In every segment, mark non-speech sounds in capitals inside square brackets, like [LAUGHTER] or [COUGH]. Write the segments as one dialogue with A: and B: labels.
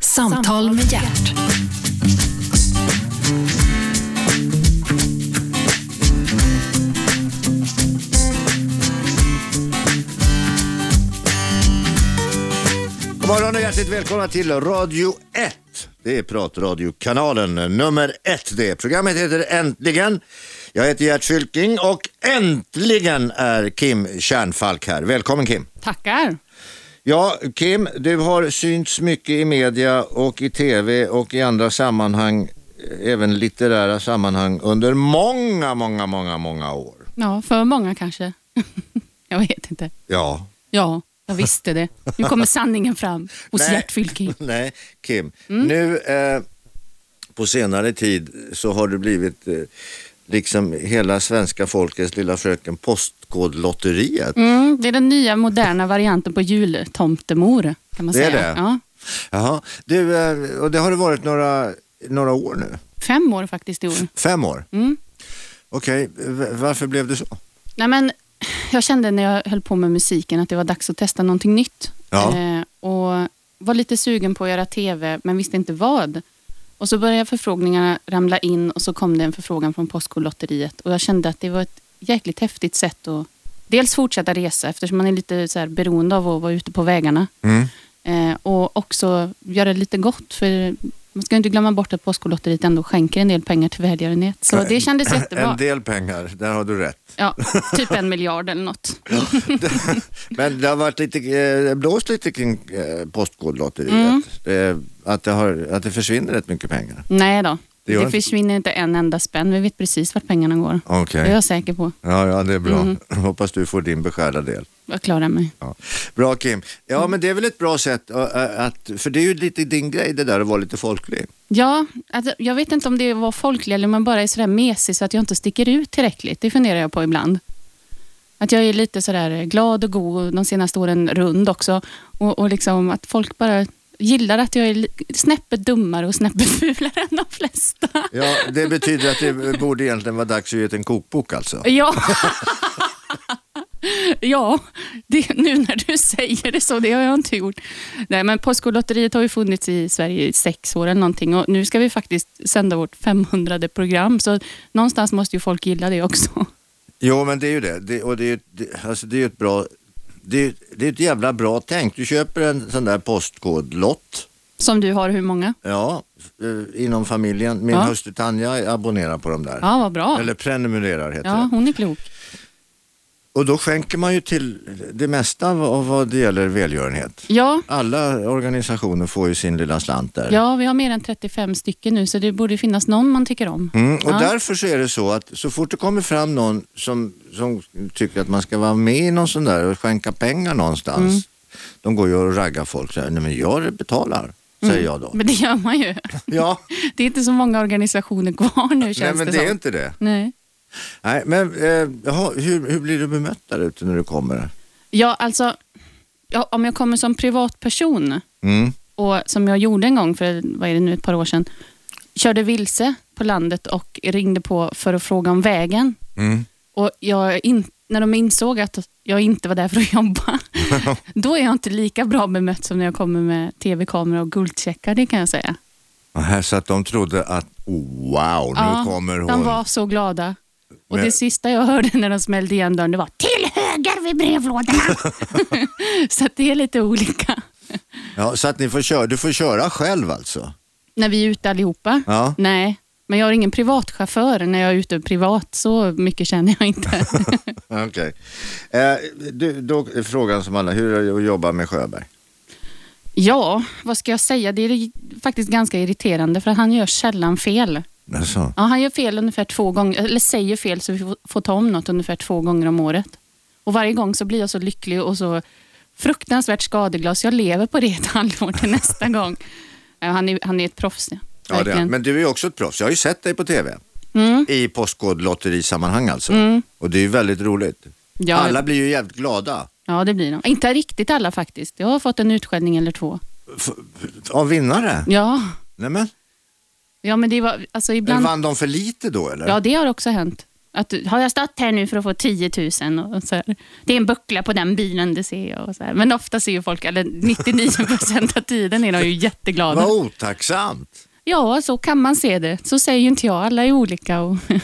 A: Samtal med hjärt.
B: God morgon och hjärtligt välkomna till Radio 1. Det är pratradiokanalen nummer 1. Det programmet heter Äntligen. Jag heter Gert Fylking och äntligen är Kim Kärnfalk här. Välkommen Kim.
C: Tackar.
B: Ja, Kim, du har synts mycket i media och i tv och i andra sammanhang, eh, även litterära sammanhang, under många, många, många, många år.
C: Ja, för många kanske. [LAUGHS] jag vet inte.
B: Ja.
C: Ja, jag visste det. Nu kommer sanningen fram hos
B: Nej.
C: Gert Fylking.
B: [LAUGHS] Nej, Kim. Nu eh, på senare tid så har du blivit eh, liksom hela svenska folkets lilla fröken Postkodlotteriet.
C: Mm, det är den nya moderna varianten på jultomtemor. Kan man
B: Det är
C: säga.
B: det?
C: Ja,
B: Jaha. Du, eh, och det har det varit några, några år nu?
C: fem år faktiskt i år.
B: Fem år?
C: Mm.
B: Okej, v- varför blev det så?
C: Nej, men jag kände när jag höll på med musiken att det var dags att testa någonting nytt.
B: Ja.
C: Eh, och var lite sugen på att göra tv, men visste inte vad. Och så började förfrågningarna ramla in och så kom det en förfrågan från Postkodlotteriet. Och jag kände att det var ett jäkligt häftigt sätt att dels fortsätta resa, eftersom man är lite så här beroende av att vara ute på vägarna.
B: Mm.
C: Eh, och också göra lite gott, för man ska ju inte glömma bort att Postkodlotteriet ändå skänker en del pengar till välgörenhet. Så det kändes jättebra.
B: En del pengar, där har du
C: [LAUGHS]
B: rätt. [LAUGHS]
C: Ja, typ en miljard eller något.
B: Men det har varit lite, eh, blåst lite kring eh, Postkodlotteriet. Eh, att, det har, att det försvinner rätt mycket pengar.
C: Nej då.
B: Det
C: Det,
B: gör inte.
C: försvinner inte en enda spänn. Vi vet precis vart pengarna går.
B: Okej.
C: Det är jag säker på.
B: Ja, ja, det är bra.
C: Mhm.
B: Hoppas du får din beskärda del.
C: Jag klarar mig.
B: Ja. Bra Kim. Ja
C: Mm.
B: men det är väl ett bra sätt ä, ä, att, för det är ju lite din grej det där att vara lite folklig.
C: Ja, alltså, jag vet inte om det var folklig eller om man bara är sådär mesig så att jag inte sticker ut tillräckligt. Det funderar jag på ibland. Att jag är lite sådär glad och god och de senaste åren rund också. Och, och liksom att folk bara gillar att jag är li- snäppet dummare och snäppet [LAUGHS] fulare än de flesta.
B: Ja, det betyder att det borde egentligen vara dags att ge ut en kokbok alltså.
C: Ja. [LAUGHS] Ja, det, nu när du säger det så, det har jag inte gjort. Nej, men Postkodlotteriet har ju funnits i Sverige i sex år eller någonting och nu ska vi faktiskt sända vårt 500 program, så någonstans måste ju folk gilla det också. [LAUGHS]
B: Jo men det är ju det. det och det är ju det, alltså, det är ju ett bra, det är, det är ett jävla bra tänk. Du köper en sån där postkodlott.
C: Som du har hur många?
B: Ja, eh, inom familjen. Min
C: Ja.
B: hustru Tanja abonnerar på de där.
C: Ja, vad bra.
B: Eller prenumererar heter
C: Ja,
B: det.
C: hon är klok.
B: Och då skänker man ju till det mesta av vad det gäller välgörenhet.
C: Ja,
B: Alla organisationer får ju sin lilla slant där.
C: ja, vi har mer än 35 stycken nu, så det borde finnas någon man tycker om.
B: Mm, och
C: Ja.
B: därför så är det så att så fort det kommer fram någon som, som tycker att man ska vara med i någon sån där och skänka pengar någonstans.
C: Mm.
B: De går ju och raggar folk så här, nej men jag betalar, säger jag då.
C: Mm. Men det gör man ju.
B: Ja,
C: [LAUGHS] Det är inte så många organisationer kvar nu,
B: nej
C: känns
B: men
C: det,
B: det är
C: som.
B: inte det.
C: Nej.
B: Nej, men eh, jaha, hur, hur blir du bemött där ute när du kommer?
C: Ja, alltså, ja, om jag kommer som privatperson,
B: Mm.
C: och som jag gjorde en gång för vad är det nu, ett par år sedan, körde vilse på landet och ringde på för att fråga om vägen.
B: Mm.
C: Och jag in, när de insåg att jag inte var där för att [LAUGHS] jobba, då är jag inte lika bra bemött som när jag kommer med tv-kamera och guldcheckar, det kan jag säga.
B: Och här så att de trodde att oh, wow, nu
C: Ja,
B: kommer hon.
C: De var så glada. Och
B: Men-
C: det sista jag hörde [LAUGHS] när de smällde igen dörren, det var till höger vid brevlådorna. [LAUGHS] så att det är lite olika.
B: Ja, så att ni får köra, du får köra själv alltså?
C: När vi är ute allihopa?
B: Ja.
C: Nej, men jag har ingen privatchaufför när jag är ute privat. Så mycket känner
B: [LAUGHS]
C: jag inte.
B: Okej. Eh, du, då är frågan som alla, hur är det att jobba med Sjöberg?
C: ja, vad ska jag säga? Det är ju faktiskt ganska irriterande för att han gör sällan fel.
B: Alltså.
C: Ja, han gör fel ungefär två gånger, eller säger fel så vi får- får ta om något ungefär två gånger om året. Och varje gång så blir jag så lycklig och så fruktansvärt skadeglad så jag lever på det ett [LAUGHS] halvår till nästa gång. Ja, Han är, han är ett proffs. Ja,
B: Ja, det är.
C: verkligen. Mm.
B: han. Men du är ju också ett proffs. Jag har ju sett dig på tv. I Postkodlotterisammanhang alltså. Och det är ju väldigt roligt.
C: Ja.
B: Alla blir ju jävligt glada.
C: ja, det blir de. Inte riktigt alla faktiskt. Jag har fått en utskällning eller två.
B: F- f- av vinnare?
C: Ja,
B: Nämen.
C: Ja, men det var, alltså ibland...
B: Vann de för lite då eller?
C: Ja, det har också hänt. Att, du- har jag stått här nu för att få 10 000? Och så här, det är en buckla på den bilen, det ser jag. Och så här. Men ofta ser ju folk, eller 99 procent av tiden är de ju jätteglada.
B: Vad otacksamt.
C: Ja, så kan man se det. Så säger ju inte jag, alla är olika. Och [LAUGHS]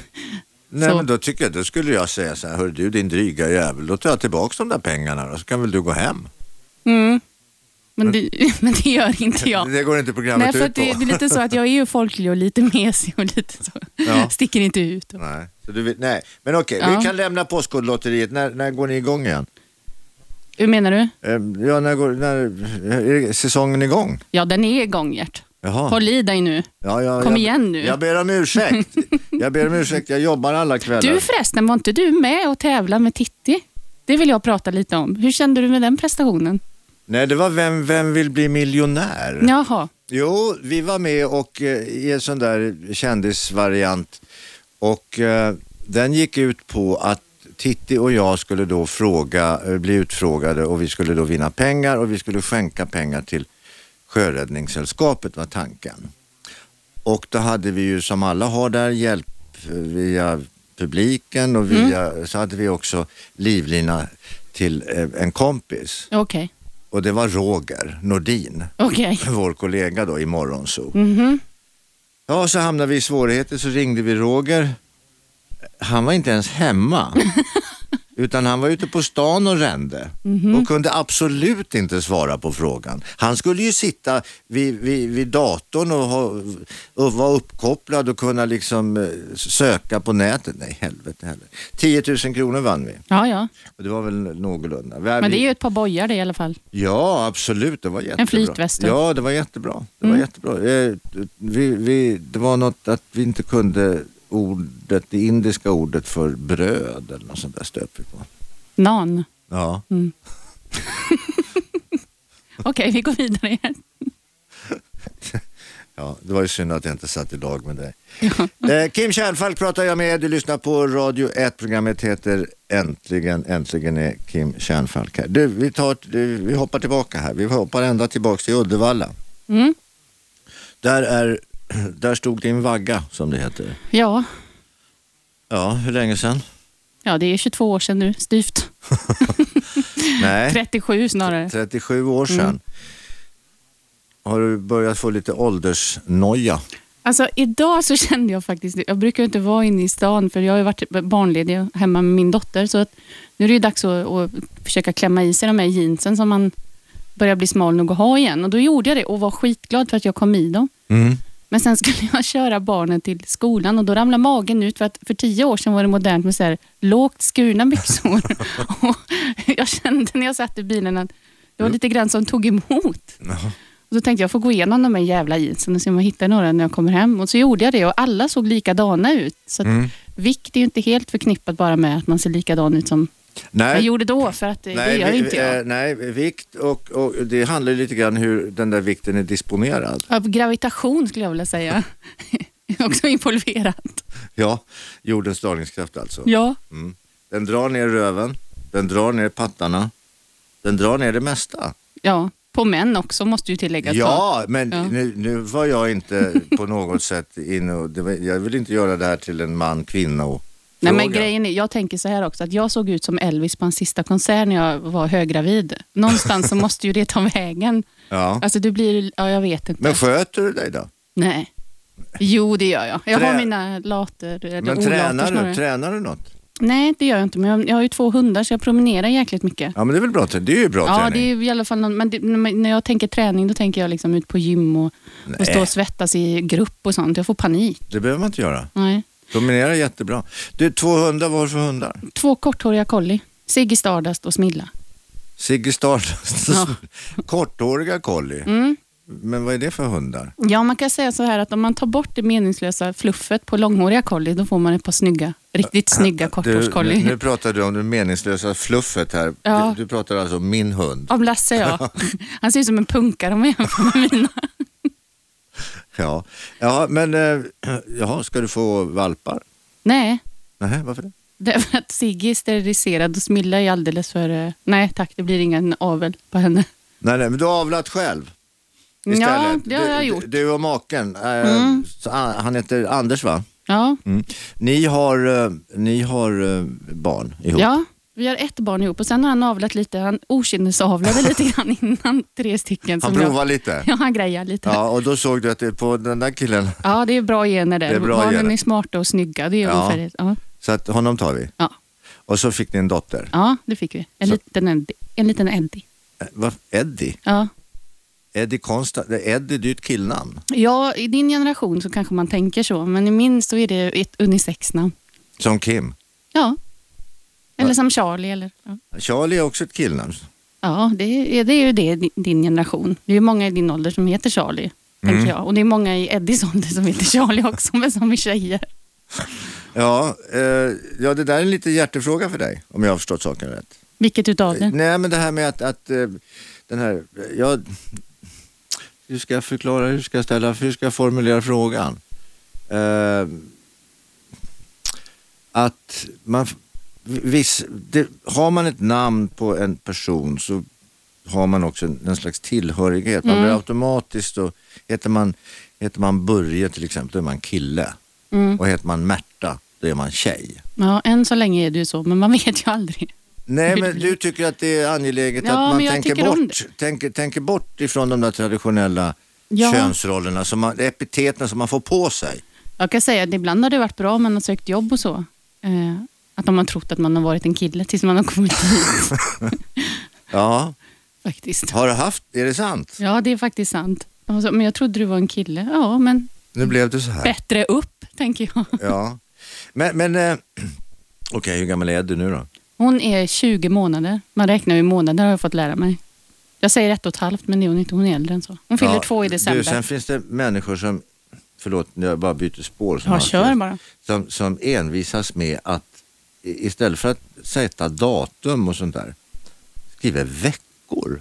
B: Nej,
C: Så.
B: men då, tycker jag, då skulle jag säga så här, hör du din dryga jävel, då tar jag tillbaka de där pengarna då, så kan väl du gå hem.
C: mm. men, det, [LAUGHS] men det gör inte jag.
B: Det går inte
C: Nej,
B: programmet
C: för
B: ut
C: att
B: på.
C: det, det är lite så att jag är ju folklig och lite mesig och lite så.
B: Ja.
C: Sticker inte ut.
B: Nej, så du, vill- nej. men okej,
C: Ja.
B: vi kan lämna Postkodlotteriet. När, när går ni igång igen?
C: Hur menar du?
B: Ehm, Ja, när, går, när är säsongen igång?
C: Ja, den är igång Gert.
B: Jaha.
C: Håll i dig nu.
B: ja, ja,
C: kom
B: jag,
C: igen nu.
B: Jag ber om ursäkt. Jag ber om ursäkt, jag jobbar alla kvällar.
C: Du förresten, var inte du med och tävlade med Titti? Det vill jag prata lite om. Hur kände du med den prestationen?
B: Nej, det var vem, vem vill bli miljonär?
C: Jaha,
B: Jo, vi var med och eh, i en sån där kändisvariant och eh, den gick ut på att Titti och jag skulle då fråga, eh, bli utfrågade och vi skulle då vinna pengar och vi skulle skänka pengar till Sjöräddningssällskapet var tanken. Och då hade vi ju som alla har där hjälp eh, via publiken och via, så hade vi också livlina till eh, en kompis
C: okej.
B: och det var Roger Nordin
C: Okej.
B: [CLEARS THROAT] vår kollega då i Morgonzoo.
C: Mhm.
B: Ja, så hamnade vi i svårigheter så ringde vi Roger. Han var inte ens
C: [LAUGHS]
B: hemma. Utan han var ute på stan och rände
C: Mhm.
B: och kunde absolut inte svara på frågan. Han skulle ju sitta vid, vid, vid datorn och, ha, och vara uppkopplad och kunna liksom eh, söka på nätet. Nej, helvete heller. 10 000 kronor vann vi.
C: Ja, ja.
B: Och Det var väl någorlunda. Vi-
C: Men det är ju ett par bojar det i alla fall.
B: Ja, absolut. Det var jättebra.
C: flytväst då? Mm.
B: Ja, det var jättebra. Det var, jättebra. Eh, vi, vi, det var något att vi inte kunde ordet, det indiska ordet för bröd eller något sånt där stöp vi på.
C: Nan.
B: Ja.
C: Okej, vi går vidare. igen.
B: ja, det var ju synd att jag inte satt i lag med dig. [LAUGHS] Eh, Kim Kärnfalk pratar jag med. Du lyssnar på Radio 1. Programmet heter Äntligen. Äntligen är Kim Kärnfalk här. Du, vi, tar, ett- du, vi hoppar tillbaka här. Vi hoppar ända tillbaka till Uddevalla.
C: Mm.
B: Där, är, [CLEARS THROAT] där stod din vagga, som det heter.
C: Ja.
B: Ja, hur länge sedan?
C: ja, det är 22 år sedan nu, styvt. [LAUGHS]
B: Nej,
C: 37 snarare. Mm.
B: 37 år sedan. Har du börjat få lite åldersnoja?
C: Alltså idag så [LAUGHS] kände jag faktiskt, jag brukar ju inte vara inne i stan för jag har ju varit barnledig hemma med min dotter. Så att nu är det ju dags att, att försöka klämma i sig de här jeansen som man börjar bli smal nog att ha igen. Och då gjorde jag det och var skitglad för att jag kom i dem. Men sen skulle [LAUGHS] jag köra barnen till skolan och då ramlade magen ut för att för tio år sedan var det modernt med så här lågt skurna byxor. [LAUGHS] och jag kände när jag satt i bilen att det var lite grann som tog emot. Och så tänkte jag, jag får gå igenom de här jävla jeansen och se om jag hittar några när jag kommer hem. Och så gjorde jag det och alla såg likadana ut. Så att
B: Mm.
C: vikt är ju inte helt förknippat bara med att man ser likadan ut som jag
B: Nej,
C: gjorde då, för att eh, det gör
B: vi-
C: inte
B: eh,
C: jag.
B: nej, vikt och, och det handlar ju lite grann hur den där vikten är disponerad.
C: Av gravitation skulle jag vilja säga. [LAUGHS] Är Också involverat.
B: Ja, jordens dragningskraft alltså.
C: Ja.
B: Mm. Den drar ner röven, den drar ner pattarna, den drar ner det mesta.
C: ja. På män också måste ju tilläggas. då.
B: Ja, men
C: Ja.
B: Nu, nu var jag inte på något sätt inne och det var, jag vill inte göra det här till en man-kvinna och
C: Nej, men grejen är, jag tänker så här också, att jag såg ut som Elvis på hans sista konsert när jag var höggravid. Någonstans så måste ju det ta vägen.
B: Ja.
C: Alltså du blir, ja jag vet inte.
B: Men sköter du dig då?
C: Nej. Jo, det gör jag. Jag
B: Trä-
C: har mina later, eller
B: Men
C: olater
B: tränar du,
C: snarare.
B: tränar du något?
C: Nej, det gör jag inte. Men jag, jag har ju två hundar så jag promenerar jäkligt mycket.
B: Ja men det är väl bra, trä- det är ju bra
C: Ja, det
B: träning.
C: är ju i alla fall någon, men det, när man- när jag tänker träning då tänker jag liksom ut på gym och, och stå och svettas i grupp och sånt. Jag får panik.
B: Det behöver man inte göra.
C: Nej.
B: Dominera är jättebra. Du, två hundar, vad har du för hundar?
C: Två korthåriga kolli. Sigge Stardust och Smilla.
B: Ziggy Stardust.
C: Ja.
B: [LAUGHS]
C: Mm.
B: Korthåriga collie. Men vad är det för hundar?
C: Ja, man kan säga så här att om man tar bort det meningslösa fluffet på långhåriga kolli, då får man ett par snygga, riktigt snygga
B: Du, nu,
C: korthårskolli.
B: nu pratar du om det meningslösa fluffet här.
C: Ja.
B: Du, du pratar alltså om min hund.
C: Av
B: [LAUGHS]
C: Lasse, ja. Han ser ut som en punkare om jag jämför med mina.
B: Ja, ja men äh, [CLEARS THROAT] jaha, ska du få valpar?
C: Nej,
B: Nej, varför det?
C: Därför att Sigge är steriliserad och Smilla är alldeles för... eh, Nej tack, det blir ingen avel på henne.
B: Nej, nej, men du har avlat själv istället.
C: Ja, det har
B: du,
C: jag gjort. Mm.
B: Du, du och maken, eh, så, han han ah, heter Anders va?
C: Ja,
B: Mm. Ni har, eh, ni har eh, barn ihop?
C: ja, vi har ett barn ihop och sen har han avlat lite. Han okynnesavlade lite grann innan tre stycken.
B: Han
C: som jag-
B: provar lite?
C: Ja, han grejar lite. Ja.
B: Ja, och då såg du att det på den där killen,
C: det är bra gener där.
B: Det är bra
C: Barnen
B: gener.
C: är smarta och snygga. Det är
B: Ja.
C: ungefär det. Ja.
B: så att honom tar vi.
C: Ja.
B: Och så fick ni en dotter.
C: ja, det fick vi. En
B: Så-
C: liten Eddie. En liten Eddie.
B: Eh, Vad? Eddie?
C: Ja.
B: Eddie Konsta? Eddie, det är ett killnamn.
C: ja, i din generation så kanske man tänker så, men i min så är det ett unisexnamn.
B: Som Kim.
C: Ja. Eller som Charlie. Eller, ja.
B: Charlie är också ett killnamn.
C: Ja, det är, det är ju det i din generation. Det är ju många i din ålder som heter Charlie. Tänker jag. Och det är många i Eddies ålder som heter Charlie också, men som är tjejer.
B: Ja, eh, ja, det där är en liten hjärtefråga för dig, om jag har förstått saken rätt.
C: Vilket utav det?
B: Nej, men det här med att, att eh, den här, ja, hur ska jag förklara, hur ska jag ställa, hur ska jag formulera frågan? Eh, att man, viss, det, har man ett namn på en person så har man också en, en slags tillhörighet. Man blir automatiskt, och, heter, man, heter man Börje till exempel, då är man kille.
C: Mm.
B: Och heter man Märta, då är man tjej.
C: Ja, än så länge är det ju så, men man vet ju aldrig.
B: Nej, men du tycker att det är angeläget
C: Ja,
B: att man
C: men jag
B: tänker
C: tycker om
B: bort, tänker, tänker bort ifrån de där traditionella
C: Ja.
B: könsrollerna, som man, epiteten som man får på sig.
C: Jag kan säga att ibland har det varit bra om man har sökt jobb och så. Eh, att de har trott att man har varit en kille tills man har kommit hit.
B: Ja,
C: faktiskt.
B: har du haft, är det sant?
C: Ja, det är faktiskt sant. De sa, men jag trodde du var en kille. Ja, men
B: Nu blev det så här.
C: bättre upp, tänker jag.
B: Ja. Men, men eh, [CLEARS THROAT] okej, hur gammal är du nu då?
C: Hon är 20 månader. Man räknar ju i månader har jag fått lära mig. Jag säger ett och ett halvt, men det är hon inte. Hon är äldre än så. Hon fyller
B: Ja,
C: två i december.
B: Du, sen finns det människor som, förlåt, jag bara byter spår. Som
C: ja,
B: alltid-
C: kör bara. [LAUGHS]
B: som, som envisas med att i- istället för att sätta datum och sånt där, skriver veckor.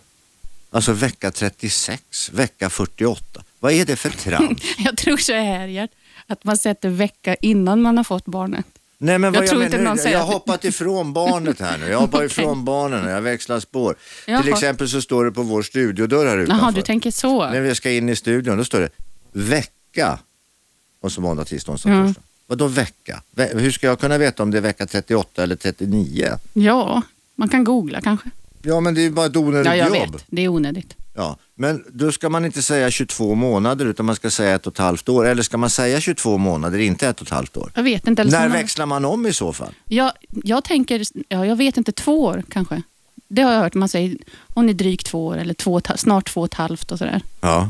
B: Alltså vecka 36, vecka 48. Vad är det för
C: [LAUGHS]
B: trams?
C: Jag tror så här, Gert, att man sätter vecka innan man har fått barnet.
B: Nej, men
C: Jag
B: vad
C: tror inte
B: menar-
C: någon säger
B: jag har
C: att-
B: hoppat ifrån barnet här nu. Jag hoppar
C: [LAUGHS] Okej.
B: ifrån barnen och jag växlar spår. Till
C: Jaha.
B: exempel så står det på vår studiodörr här utanför.
C: Jaha, du tänker så.
B: När vi ska in i studion, då står det vecka. Och så måndag, tisdag, onsdag,
C: Ja.
B: torsdag. Vadå vecka? Ve- Hur ska jag kunna veta om det är vecka 38 eller 39?
C: Ja, man kan googla kanske.
B: Ja, men det är ju bara ett onödigt
C: Ja, jag
B: jobb.
C: vet. Det är onödigt.
B: Ja, men då ska man inte säga 22 månader utan man ska säga ett och ett halvt år. Eller ska man säga 22 månader, inte ett och ett halvt år?
C: Jag vet inte. Eller så
B: När
C: man-
B: växlar man om i så fall?
C: jag, jag tänker, ja, jag vet inte, två år kanske. Det har jag hört man säger. Hon är drygt två år eller två, och ett halvt- snart två och ett halvt och sådär.
B: Ja,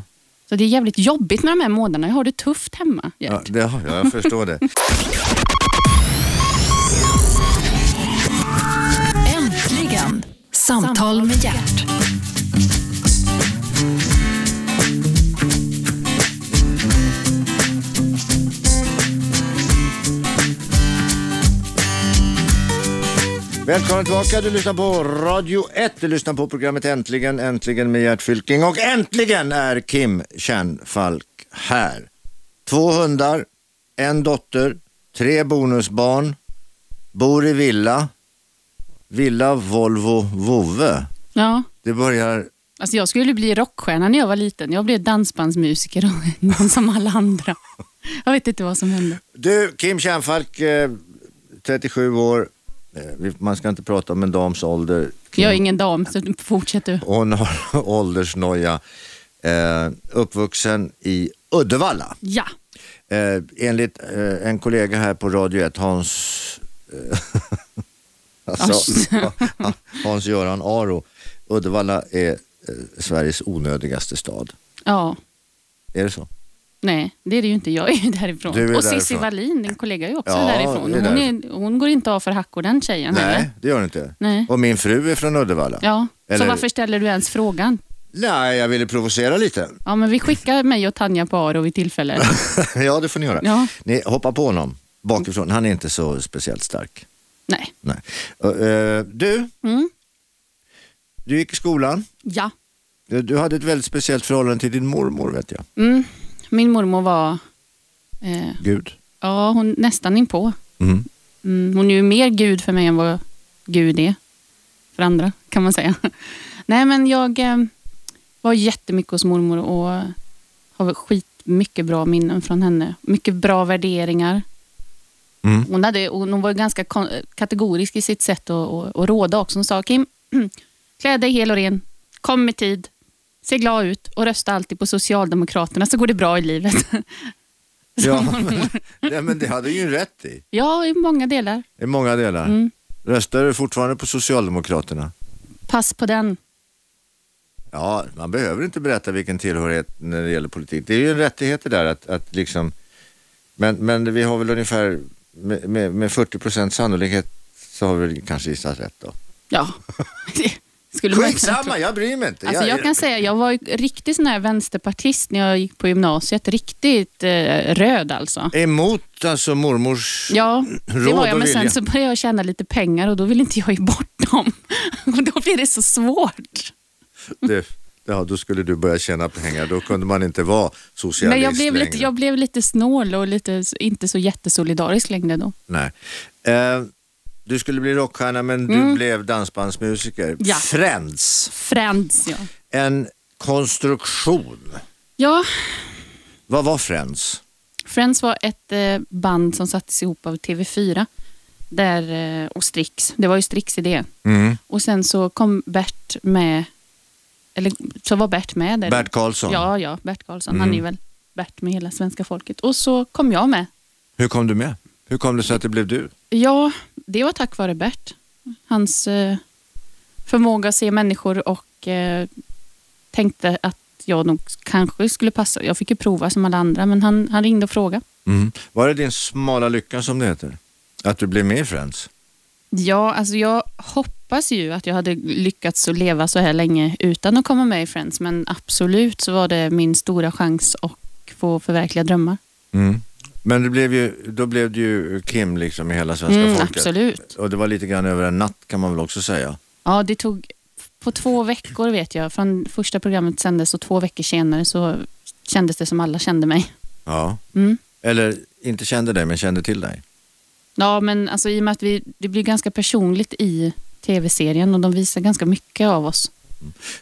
C: Så det är jävligt jobbigt med de här månaderna. Jag har det tufft hemma, Gert.
B: ja, det, ja jag förstår det.
A: Äntligen! Samtal med hjärt.
B: Välkomna tillbaka, du lyssnar på Radio 1. Du lyssnar på programmet Äntligen, äntligen med Gert Fylking. Och äntligen är Kim Kärnfalk här. Två hundar, en dotter, tre bonusbarn, bor i villa, villa Volvo Vove.
C: Ja.
B: Det börjar...
C: Alltså jag skulle bli rockstjärna när jag var liten. Jag blev dansbandsmusiker och [LAUGHS] någon som alla andra. Jag vet inte vad som hände.
B: Du, Kim Kärnfalk, eh, 37 år. Eh, vi- Man ska inte prata om en dams ålder. Kim,
C: Jag är ingen dam, så fortsätt du.
B: Hon har [LAUGHS] åldersnoja. Eh, uppvuxen i Uddevalla.
C: Ja,
B: Eh, enligt eh, en kollega här på Radio 1, Hans... Eh, [LAUGHS] alltså, Hans-Göran Aro. Uddevalla är eh, Sveriges onödigaste stad.
C: ja.
B: Är det så?
C: Nej, det är det ju inte. Jag är ju därifrån.
B: Du är
C: och Cissi
B: därifrån.
C: Wallin, din kollega, är ju också
B: Ja,
C: därifrån.
B: det är
C: Hon, är, hon går inte av för hackor den tjejen heller.
B: Nej, det gör det inte.
C: Nej.
B: Och min fru är från Uddevalla.
C: Ja,
B: Eller-
C: så varför ställer du ens frågan?
B: Nej, jag ville provocera lite. [LAUGHS]
C: Ja, men vi skickar mig och Tanja på Aro vid tillfälle.
B: ja, det får ni göra.
C: Ja.
B: Ni hoppar på honom bakifrån. Han är inte så speciellt stark.
C: Nej.
B: Nej. Ö, ö, du,
C: Mm.
B: du gick i skolan.
C: Ja.
B: Du, du hade ett väldigt speciellt förhållande till din mormor, vet jag.
C: Mm. Min mormor var eh,
B: Gud.
C: ja, hon nästan inpå.
B: Mm.
C: Mm, hon är ju mer Gud för mig än vad Gud är för andra, kan man säga. [LAUGHS] Nej, men jag eh, var jättemycket hos mormor och har skit mycket bra minnen från henne. Mycket bra värderingar. Hon, hade, hon hon var ju ganska kon- kategorisk i sitt sätt att, att, att råda också. Hon sa, Kim, [CLEARS THROAT] klä dig hel och ren, kom i tid, se glad ut och rösta alltid på Socialdemokraterna så går det bra i livet. [LAUGHS]
B: Ja, men, [LAUGHS] nej, men det hade ju rätt i,
C: ja, i många delar.
B: i många delar.
C: Mm.
B: Röstar du fortfarande på Socialdemokraterna?
C: Pass på den.
B: Ja, man behöver inte berätta vilken tillhörighet när det gäller politik. Det är ju en rättighet det där att, att liksom, men, men vi har väl ungefär med, med, med 40 procents sannolikhet så har vi väl kanske gissat rätt då. [LAUGHS]
C: Ja, det skulle man kunna tro.
B: Skitsamma, jag bryr mig inte.
C: Alltså jag kan säga, jag var ju riktig sån här vänsterpartist när jag gick på gymnasiet. Riktigt eh, röd alltså.
B: Emot alltså mormors
C: Ja, det
B: Råd
C: var
B: och
C: jag. Men
B: vilja.
C: sen så började jag tjäna lite pengar och då vill inte jag ge bort dem. [LAUGHS] Och då blir det så svårt.
B: Det, ja, då skulle du börja tjäna pengar. Då kunde man inte vara socialist
C: Men jag blev,
B: längre.
C: lite, jag blev lite snål och lite, s- inte så jättesolidarisk längre då.
B: Nej. Eh, du skulle bli rockstjärna men du blev dansbandsmusiker.
C: Mm. Ja.
B: Friends,
C: Friends, ja.
B: en konstruktion.
C: Ja,
B: Vad var Friends?
C: Friends var ett eh, band som sattes ihop av TV4 där, eh, och Strix. Det var ju Strix idé.
B: Mm.
C: Och sen så kom Bert med, eller så var Bert med där.
B: Bert Karlsson. Mm.
C: Ja, ja, Bert Karlsson. Han är ju väl Bert med hela svenska folket. Och så kom jag med.
B: Hur kom du med? Hur kom det sig att det blev du?
C: Ja, det var tack vare Bert. Hans eh, förmåga att se människor och eh, tänkte att jag nog kanske skulle passa. Jag fick ju prova som alla andra, men han, han ringde och frågade.
B: Mm. Var det din smala lycka som det heter? Att du blev med i Friends?
C: Ja, alltså jag hoppas ju att jag hade lyckats att leva så här länge utan att komma med i Friends, men absolut så var det min stora chans att få förverkliga drömmar.
B: Mm. Men det blev ju, då blev du ju Kim liksom i hela svenska
C: Mm,
B: folket.
C: absolut.
B: Och det var lite grann över en natt kan man väl också säga.
C: Ja, det tog på två veckor vet jag. Från första programmet sändes och två veckor senare så kändes det som alla kände mig.
B: Ja.
C: Mm.
B: Eller inte kände dig men kände till dig.
C: Ja, men alltså, i och med att vi, det blir ganska personligt i tv-serien och de visar ganska mycket av oss.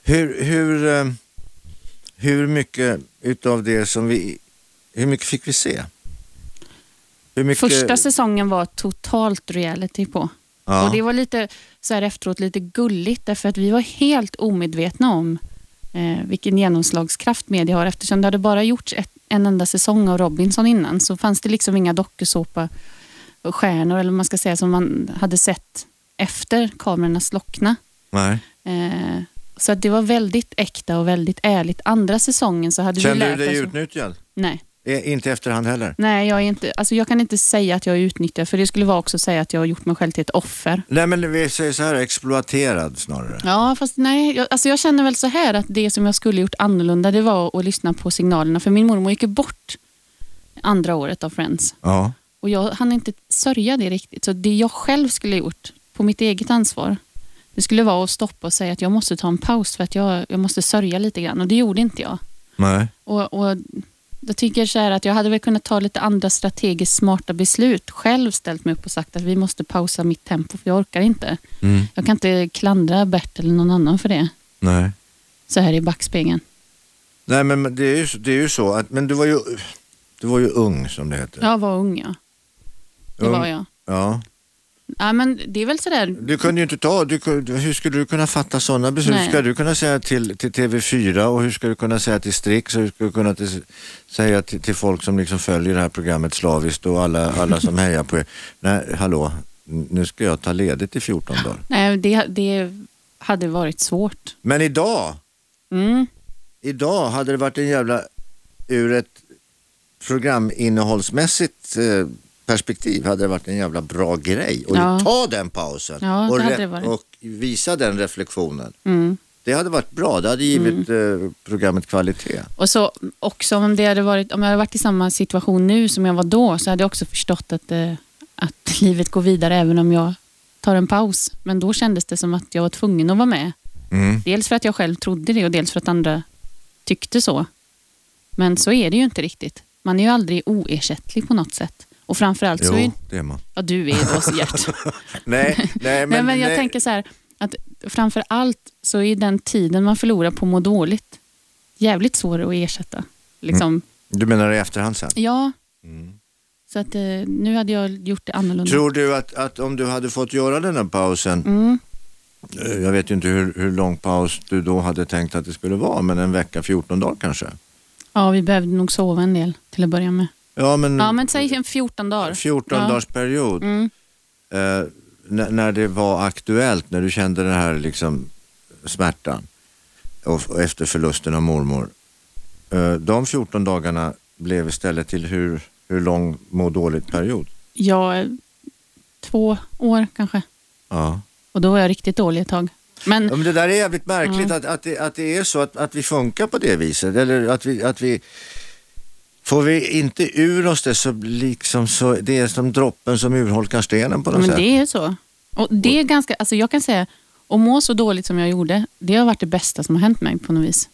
B: Hur, hur, eh, hur mycket utav det som vi, hur mycket fick vi se? Hur mycket,
C: Första säsongen var totalt reality på.
B: Ja.
C: Och det var lite så här efteråt lite gulligt därför att vi var helt omedvetna om eh, vilken genomslagskraft media har. Eftersom det hade bara gjorts ett, en enda säsong av Robinson innan så fanns det liksom inga dokusåpa-stjärnor eller vad man ska säga som man hade sett efter kamerorna slockna.
B: Nej.
C: Eh, så att det var väldigt äkta och väldigt ärligt. Andra säsongen så hade vi
B: Kände du
C: lärt
B: dig
C: oss...
B: utnyttjad?
C: Nej.
B: Eh, Inte efterhand heller?
C: Nej, jag, är inte, alltså jag kan inte säga att jag är utnyttjad, för det skulle vara också att säga att jag har gjort mig själv till ett offer.
B: Nej men vi säger så här, exploaterad snarare.
C: Ja, fast nej. Jag, alltså jag känner väl så här att det som jag skulle gjort annorlunda, det var att lyssna på signalerna. För min mormor gick ju bort andra året av Friends.
B: Ja.
C: Och jag hann inte sörja det riktigt. Så det jag själv skulle gjort, på mitt eget ansvar, det skulle vara att stoppa och säga att jag måste ta en paus för att jag, jag måste sörja lite grann. Och det gjorde inte jag.
B: Nej.
C: Och, och jag tycker så här att jag hade väl kunnat ta lite andra strategiskt smarta beslut. Själv ställt mig upp och sagt att vi måste pausa mitt tempo för jag orkar inte.
B: Mm.
C: Jag kan inte klandra Bert eller någon annan för det.
B: Nej.
C: Så här i backspegeln.
B: Nej men men det är ju, så- det är ju så att, men du var ju, du var ju ung som det heter.
C: Jag var ung ja. Det
B: Ung.
C: var jag.
B: Ja.
C: Ja, men det är väl sådär.
B: Du kunde ju inte ta, du, kun- hur skulle du kunna fatta sådana beslut?
C: Nej.
B: Ska du kunna säga till, till TV4 och hur ska du kunna säga till Strix och hur ska du kunna till, säga till, till folk som liksom följer det här programmet slaviskt och alla, alla som [LAUGHS] hejar på er. Nej, hallå, nu ska jag ta ledigt i 14 dagar.
C: Nej, det, det hade varit svårt.
B: Men idag,
C: Mm.
B: idag hade det varit en jävla, ur ett programinnehållsmässigt eh, perspektiv hade det varit en jävla bra grej. Och
C: Ja.
B: ta den pausen
C: Ja,
B: och,
C: det hade
B: re-
C: det varit.
B: och visa den reflektionen.
C: Mm.
B: Det hade varit bra, det hade givit eh, programmet kvalitet.
C: Och så också om, det hade varit, om jag hade varit i samma situation nu som jag var då så hade jag också förstått att, eh, att [LAUGHS] livet går vidare även om jag tar en paus. Men då kändes det som att jag var tvungen att vara med.
B: Mm.
C: Dels för att jag själv trodde det och dels för att andra tyckte så. Men så är det ju inte riktigt. Man är ju aldrig oersättlig på något sätt. Och framförallt så är ju,
B: det är man.
C: ja, du är ju då så
B: [LAUGHS]
C: Gert. [LAUGHS]
B: Nej, nej, men,
C: nej, men jag
B: nej.
C: tänker så här att framför allt så är den tiden man förlorar på att må dåligt jävligt svår att ersätta. Liksom,
B: Du menar i efterhand sen?
C: Ja. Så att, eh, nu hade jag gjort det annorlunda.
B: Tror du att, att om du hade fått göra den här pausen,
C: Mm.
B: eh, jag vet ju inte hur, hur lång paus du då hade tänkt att det skulle vara, men en vecka, 14 dagar kanske?
C: Ja, vi behövde nog sova en del till att börja med.
B: Ja, men,
C: Ja, men säg en 14 Mm. dagar.
B: 14
C: ja.
B: dagars period.
C: Mm.
B: eh, när, när det var aktuellt, när du kände den här liksom, smärtan och, och efter förlusten av mormor. Eh, de 14 dagarna blev istället till hur, hur lång må dåligt period?
C: Ja, eh, två år kanske.
B: Ja.
C: Och då var jag riktigt dålig ett tag. Men
B: Ja, men det där är jävligt märkligt
C: Mm.
B: att, att, det, att det är så att, att vi funkar på det viset. Eller att vi, att vi, får vi inte ur oss det så liksom så, det är som droppen som urholkar stenen på något
C: Men
B: sätt.
C: det är så. Och det är ganska, alltså jag kan säga, att må så dåligt som jag gjorde, det har varit det bästa som har hänt mig på något vis.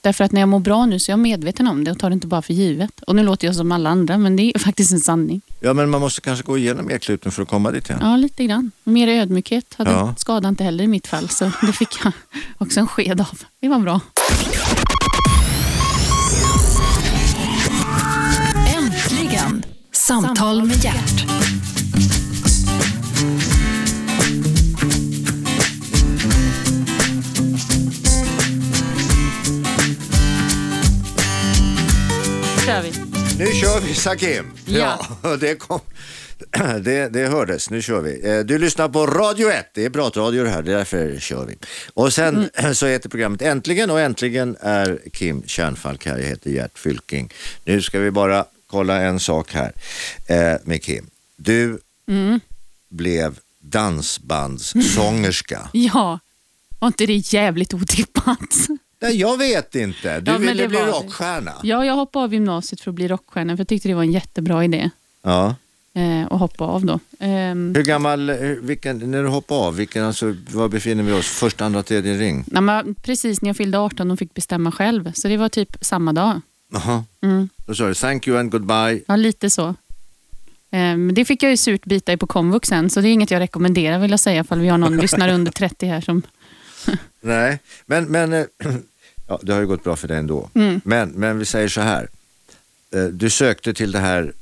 C: Därför att när jag mår bra nu så är jag medveten om det och tar det inte bara för givet. Och nu låter jag som alla andra, men det är [LAUGHS] faktiskt en sanning.
B: Ja men man måste kanske gå igenom ekluten för att komma dit igen.
C: Ja, lite grann. Mer ödmjukhet hade
B: Ja.
C: skadat inte heller i mitt fall, så det fick jag [LAUGHS] också en sked av. Det var bra.
A: Äntligen! Samtal med hjärt.
C: kör vi.
B: Nu kör vi Sakim.
C: Ja.
B: det, kom. [CLEARS THROAT] Det, det hördes, nu kör vi. Eh, Du lyssnar på Radio 1, det är pratradio det här, det är därför kör vi. Och sen [CLEARS THROAT] så heter programmet Äntligen och äntligen är Kim Kärnfalk här, jag heter Gert Fylking. Nu ska vi bara kolla en sak här eh, med Kim. Du
C: Mm.
B: blev
C: [LAUGHS]
B: dansbandssångerska.
C: Ja, var inte det jävligt otippat?
B: Nej, jag vet inte, du
C: Ja, men
B: ville
C: det
B: bli
C: var det.
B: rockstjärna.
C: Ja, jag hoppade av gymnasiet för att bli rockstjärna, för jag tyckte det var en jättebra idé
B: Ja.
C: eh, att hoppa av då. Ehm,
B: Hur gammal, hur- vilken, när du hoppade av, vilken, alltså, var befinner vi oss? Första, andra, tredje ring?
C: Nej, men precis när jag fyllde 18 och fick bestämma själv. Så det var typ samma dag.
B: Jaha.
C: Mm.
B: Då sa du thank you and goodbye.
C: Ja, lite så. Eh, Men det fick jag ju surt bita i på komvux sen, så det är inget jag rekommenderar vill jag säga, ifall vi har någon lyssnare under 30 här som...
B: Nej, men, men eh, [CLEARS THROAT] ja, det har ju gått bra för dig ändå.
C: Mm.
B: Men, men vi säger så här, Eh, du sökte till det här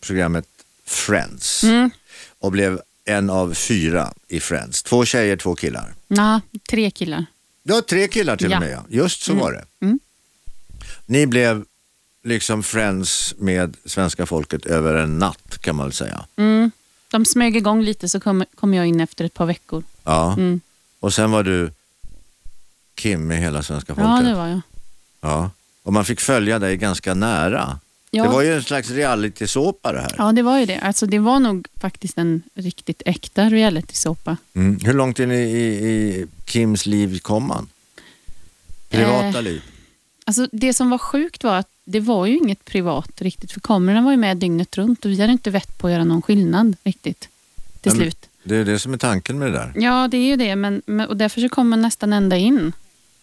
B: programmet Friends
C: Mm.
B: och blev en av fyra i Friends. Två tjejer, två killar.
C: Nja, tre killar.
B: Du har tre killar till
C: Ja.
B: och med, ja. just så var det.
C: Mm.
B: Ni blev liksom Friends med svenska folket över en natt kan man väl säga.
C: Mm. De smög igång lite, så kom, kom jag in efter ett par veckor.
B: Ja.
C: Mm.
B: Och sen var du Kim i hela svenska folket.
C: Ja, det var jag.
B: Ja. Och man fick följa dig ganska nära.
C: Ja.
B: Det var ju en slags realitysåpa det här.
C: Ja, det var ju det. Alltså, det var nog faktiskt en riktigt äkta realitysåpa.
B: Mm. Hur långt in i, i, i Kims liv kom man? Privata
C: Eh.
B: liv?
C: Alltså, det som var sjukt var att det var ju inget privat riktigt, för kamerorna var ju med dygnet runt och vi hade inte vett på att göra någon skillnad riktigt till
B: Ja, men-
C: slut.
B: Det är det som är tanken med det där.
C: Ja, det är ju det, men, men, och därför så kom man nästan ända in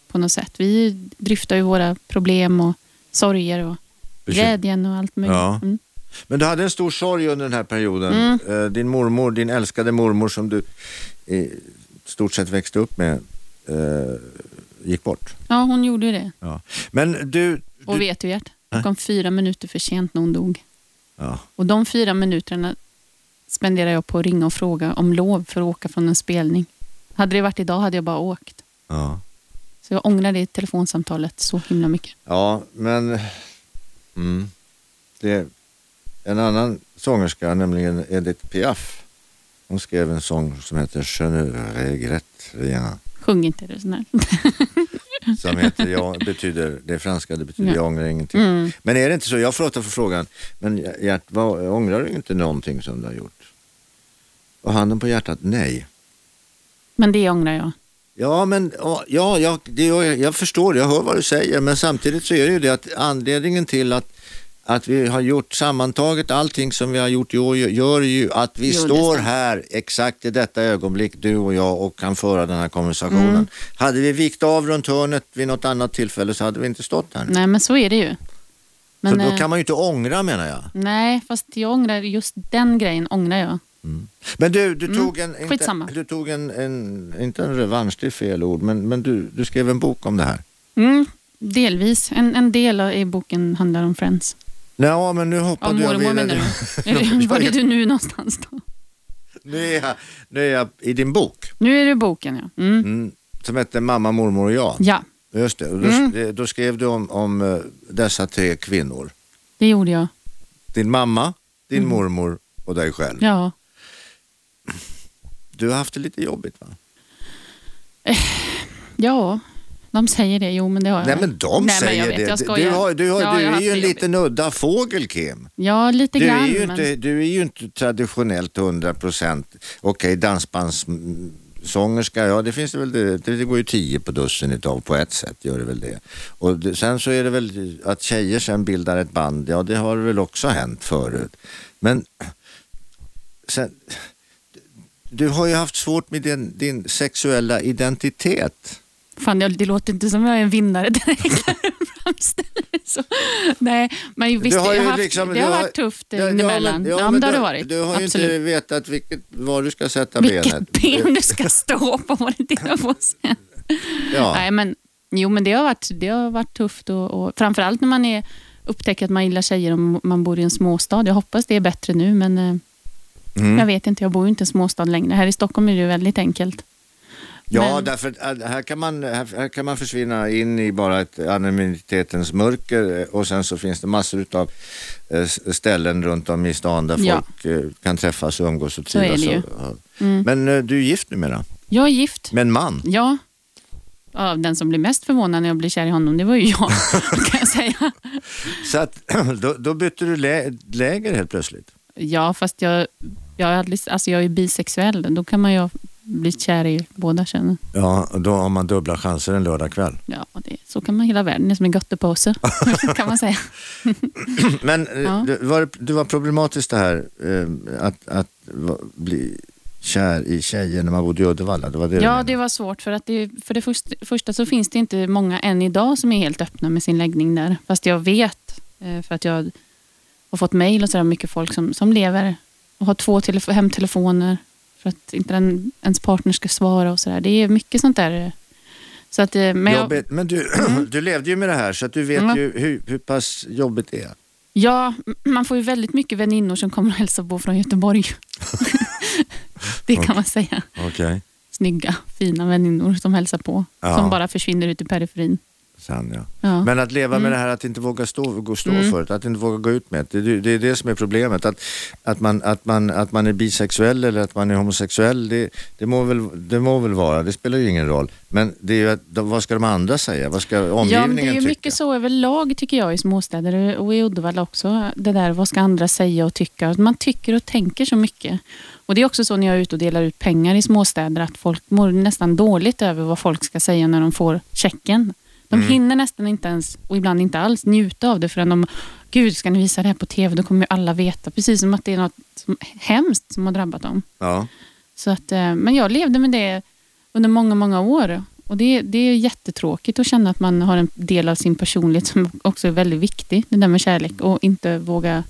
C: på något sätt. Vi dryftar ju våra problem och sorger och
B: Bekym-
C: glädjen och allt möjligt.
B: Ja.
C: Mm.
B: Men du hade en stor sorg under den här perioden.
C: Mm.
B: Eh, Din mormor, din älskade mormor som du i stort sett växte upp med, eh, gick bort.
C: ja, hon gjorde ju det.
B: Ja. Men du...
C: Och
B: du
C: vet du Gert, hon kom fyra minuter för sent när hon dog.
B: ja.
C: Och de fyra minuterna spenderade jag på att ringa och fråga om lov för att åka från en spelning. Hade det varit idag hade jag bara åkt.
B: Ja.
C: Så jag ångrar det telefonsamtalet så himla mycket.
B: Ja, men mm, det, en annan sångerska, nämligen Edith Piaf, hon skrev en sång som heter Je ne regrette rien,
C: Sjung inte det snäll.
B: som heter jag, betyder, det är franska, det betyder
C: Ja.
B: jag ångrar ingenting.
C: Mm.
B: Men är det inte så, jag får åter för frågan, men Gert, vad, ångrar du inte någonting som du har gjort? Och handen på hjärtat, nej.
C: [LAUGHS] Men det ångrar jag.
B: Ja, men ja, ja, jag- det, jag, jag förstår, jag hör vad du säger, men samtidigt så är det ju det att anledningen till att, att vi har gjort sammantaget allting som vi har gjort i år gör ju att vi
C: Jo, det
B: står
C: stämmer.
B: här exakt i detta ögonblick, du och jag, och kan föra den här konversationen.
C: Mm.
B: Hade vi vikt av runt hörnet vid något annat tillfälle så hade vi inte stått här.
C: Nej, men så är det ju. Men,
B: så då
C: eh,
B: kan man ju inte ångra menar jag.
C: Nej, fast jag ångrar just den grejen. ångrar jag.
B: Men du, du tog en,
C: Mm, skitsamma.
B: inte, du tog en, en, inte en revansch, det är fel ord, men, men du, du skrev en bok om det här.
C: Mm, delvis. En, en del av- i boken handlar om Friends.
B: Nej, men nu
C: Ja,
B: hoppade jag
C: mormor
B: vidare. [LAUGHS]
C: menar du? [LAUGHS] Var är du nu någonstans då?
B: Nu är jag, nu är jag i din bok
C: Nu är det boken ja. Mm.
B: mm, som heter Mamma, mormor och jag.
C: Ja, Mm.
B: Just det, och då, det- då skrev du om, om eh, dessa tre kvinnor.
C: det gjorde jag.
B: Din mamma, din mormor och dig själv.
C: Mm. Ja.
B: Du har haft det lite jobbigt va?
C: ja, de säger det. Jo, men det har jag.
B: Nej men de
C: Nej,
B: säger
C: men jag vet,
B: det.
C: Jag skojar.
B: du har, du har,
C: Ja,
B: du är
C: jag har haft
B: ju en
C: det jobbigt.
B: liten udda fågel Kim.
C: Ja, lite
B: Du
C: grann.
B: är, ju
C: men-
B: inte, du är ju inte traditionellt 100 procent, okej dansbandssångerska, ja det finns det väl, det, det går ju 10 på dussin utav på ett sätt gör det väl det. Och det, sen så är det väl att tjejer sen bildar ett band, ja det har väl också hänt förut. Men sen, du har ju haft svårt med din, din sexuella identitet.
C: Fan, jag- det låter inte som jag är en
B: [LAUGHS]
C: vinnare direkt när du framställer det så. Nej, men visst,
B: Du har
C: jag
B: ju
C: haft,
B: liksom-
C: det
B: du
C: har
B: har-
C: varit tufft
B: Ja, ja,
C: emellan. Ja, men det har
B: du,
C: det varit.
B: Du har ju
C: Absolut.
B: inte vetat vilket, var du ska sätta benet.
C: [LAUGHS] Vilket ben du ska stå på var det dina på sen.
B: Ja.
C: Nej, men, jo, men det har varit, det har varit tufft. Och, och, framförallt när man är, upptäcker att man gillar tjejer om man bor i en småstad. Jag hoppas det är bättre nu, men eh, jag vet inte. Jag bor ju inte i en småstad längre. Här i Stockholm är det ju väldigt enkelt.
B: Ja,
C: Men-
B: därför att äh, här kan, man, här, här kan man försvinna in i bara ett anonymitetens mörker eh, och sen så finns det massor av ställen runt om i stan där
C: Ja.
B: folk eh, kan träffas och umgås och
C: Så är det
B: trivas.
C: ju. Mm.
B: och- ja. Men eh, du är gift numera,
C: Jag är gift.
B: med en man.
C: Ja. Ja, den som blev mest förvånad när jag blev kär i honom, det var ju jag. [LAUGHS] kan jag säga.
B: Så att, [CLEARS THROAT] då, då bytte du lä- läger helt plötsligt.
C: Ja, fast jag, jag, är aldrig- alltså jag är bisexuell. Då kan man ju bli kär i båda könen.
B: Ja, då har man dubbla chanser en lördagkväll.
C: Ja, det, så kan man hela världen. Det är som en göttepåse, [LAUGHS] kan man säga.
B: [CLEARS THROAT] Men eh,
C: Ja.
B: det var, det var problematiskt det här eh, att, att va- bli kär i tjejer när man bodde i Uddevalla. Det var det du
C: Ja,
B: menade.
C: det var svårt. För, att det, för det först, första så finns det inte många än idag som är helt öppna med sin läggning där. Fast jag vet, eh, för att jag har fått mejl och sådär, mycket folk som, som lever och har två telefo- hemtelefoner för att inte den, ens partner ska svara och sådär. Det är mycket sånt där. eh. Så att, eh, men jag,
B: Jobbigt. Men du, [CLEARS THROAT] du levde ju med det här så att du vet
C: Mm.
B: ju hur, hur pass jobbigt det är.
C: ja, m- man får ju väldigt mycket väninnor som kommer och hälsar på
B: [LAUGHS]
C: från Göteborg. det kan man säga.
B: Okej.
C: Snygga, fina väninnor som hälsar på.
B: Ja.
C: Som bara försvinner ut i periferin.
B: Sen, ja.
C: Ja. Mm.
B: Men att leva med det här att inte våga stå, gå stå för det, att inte våga gå ut med det. Det, det är det som är problemet. Att, att, man, att, man, att man är bisexuell eller att man är homosexuell, det, det, må väl, det må väl vara, det spelar ju ingen roll. Men det är ju att, de- vad ska de andra säga? Vad ska omgivningen
C: Ja, men det är ju
B: tycka?
C: mycket så överlag tycker jag i småstäder och i Uddevalla också. Det där vad ska andra säga och tycka. Att Man tycker och tänker så mycket. Och Det är också så när jag är ute och delar ut pengar i småstäder att folk mår nästan dåligt över vad folk ska säga när de får checken. De hinner nästan inte ens, och ibland inte alls, njuta av det förrän de, gud ska ni visa det här på tv, då kommer ju alla veta. Precis som att det är något som, hemskt som har drabbat dem.
B: Ja.
C: Så att, eh, men jag levde med det under många, många år. Och det, det är jättetråkigt att känna att man har en del av sin personlighet som också är väldigt viktig, det där med kärlek och inte våga